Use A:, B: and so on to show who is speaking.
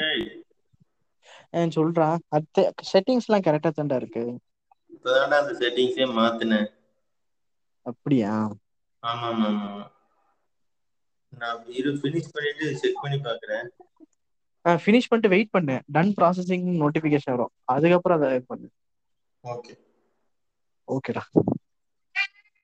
A: டேய்
B: ஆ சொல்றா அடுத்து செட்டிங்ஸ் எல்லாம் கரெக்டா தான்டா இருக்கு
A: இப்பதான்டா அந்த செட்டிங்ஸே மாத்துனேன்
B: அப்படியா
A: ஆமா ஆமா ஆமா ஆமா. நான் இரு ஃபினிஷ் பண்ணிட்டு செக் பண்ணி பாக்குறேன்
B: ஃபினிஷ் பண்ணிட்டு வெயிட் பண்ணு டன் ப்ராசஸிங் நோட்டிஃபிகேஷன் வரும் அதுக்கப்புறம் அதை பண்ணு
A: ஓகே
B: ஓகேடா